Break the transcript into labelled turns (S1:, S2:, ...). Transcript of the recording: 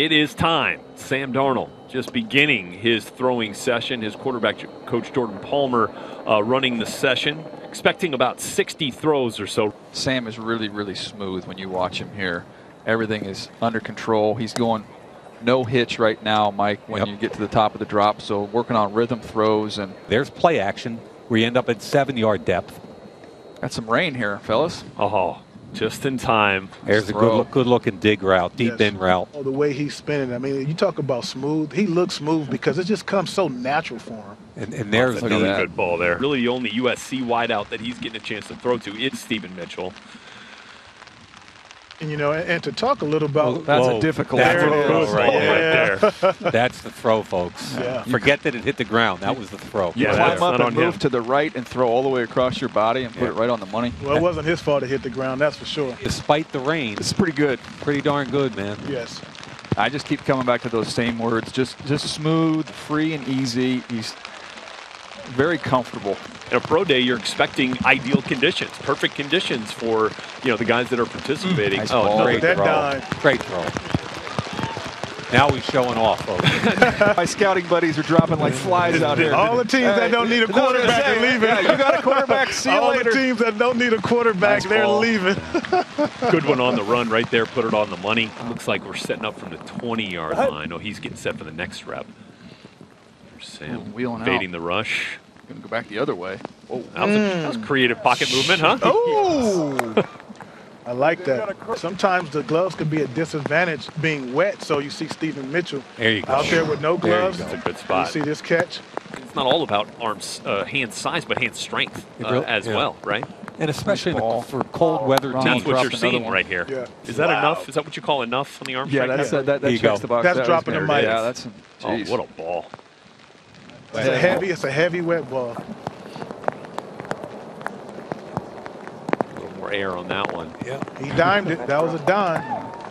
S1: It is time. Sam Darnold just beginning his throwing session. His quarterback coach Jordan Palmer uh, running the session, expecting about 60 throws or so.
S2: Sam is really, really smooth when you watch him here. Everything is under control. He's going no hitch right now, Mike, when
S3: Yep.
S2: you get to the top of the drop. So working on rhythm throws and
S3: There's play action where you end up at seven yard depth.
S2: got some rain here, fellas.
S1: Oh, just in time.
S3: There's a
S2: Throw.
S3: good, look, good looking dig route, deep
S4: Yes.
S3: in route.
S4: Oh, the way he's spinning. I mean, you talk about smooth. He looks smooth because it just comes so natural for him.
S3: And, and there's
S2: Look at
S3: the-
S2: that.
S1: good ball there. Really, the only USC wideout that he's getting a chance to throw to is Stephen Mitchell.
S4: And you know, and, and to talk a little about
S3: Well,
S2: That's
S3: Whoa,
S2: a difficult
S3: that's
S2: one.
S3: a
S4: it
S3: throw
S4: is.
S3: right
S4: Yeah.
S3: there.
S1: there.
S3: That's the throw, folks.
S4: Yeah.
S3: Forget that it hit the ground. That was the throw.
S1: Yeah, that's
S2: You climb up
S1: not
S2: and
S1: on him.
S2: move to the right and throw all the way across your body and put
S3: Yeah.
S2: it right on the money.
S4: well, it wasn't his fault it hit the ground, that's for sure.
S3: Despite the rain,
S2: It's pretty good.
S3: pretty darn good, man.
S4: Yes.
S2: I just keep coming back to those same words. Just just smooth, free and easy. He's very comfortable.
S1: In a pro day, you're expecting ideal conditions, perfect conditions for you know the guys that are participating.
S2: Nice
S1: oh,
S2: ball.
S1: another
S3: Great
S4: that
S3: throw.
S4: dime.
S3: Great throw. Now he's showing off, folks.
S2: My scouting buddies are dropping like flies out here.
S4: All the teams that don't need a quarterback are leaving.
S2: Yeah, you got a quarterback. See you
S4: All
S2: later.
S4: the teams that don't need a quarterback,
S2: Nice
S4: they're
S2: ball.
S4: leaving.
S1: Good one on the run right there. Put it on the money. Looks like we're setting up from the 20 yard line. Oh, he's getting set for the next rep. There's
S2: Ooh,
S1: Sam
S2: wheeling out.
S1: baiting the rush.
S2: Gonna go back the other way.
S1: Oh, that was, a, that
S2: Mm.
S1: was creative pocket movement, huh?
S4: Oh! I like that. Sometimes the gloves can be a disadvantage being wet, so you see Stephen Mitchell
S3: There you go.
S4: out there with no
S3: There you
S4: gloves.
S3: go. That's
S1: a good spot.
S4: You see this catch?
S1: It's not all about arms, uh, hand size, but hand strength
S3: It
S1: uh,
S3: really-
S1: as
S3: yeah.
S1: well, right?
S3: And especially in
S2: Ball.
S3: the, for cold weather
S2: Wrong.
S1: That's
S3: teams.
S1: what
S2: dropped
S1: you're
S2: another
S1: seeing
S2: one.
S1: right here. Is
S4: Yeah.
S1: that enough? Is that what you call enough on the arm?
S2: Yeah,
S1: strength?
S2: that's
S4: Yeah.
S2: that, that,
S3: There
S2: that
S3: you
S2: checks
S3: go.
S2: the box.
S4: That's
S2: That was
S4: dropping the
S2: good.
S4: mic.
S2: Yeah, that's.
S1: Oh,
S2: Jeez.
S1: what a ball!
S4: It's a heavy, it's a heavy wet ball.
S1: A little more air on that one.
S3: Yeah.
S4: He dimed it. That was a dime.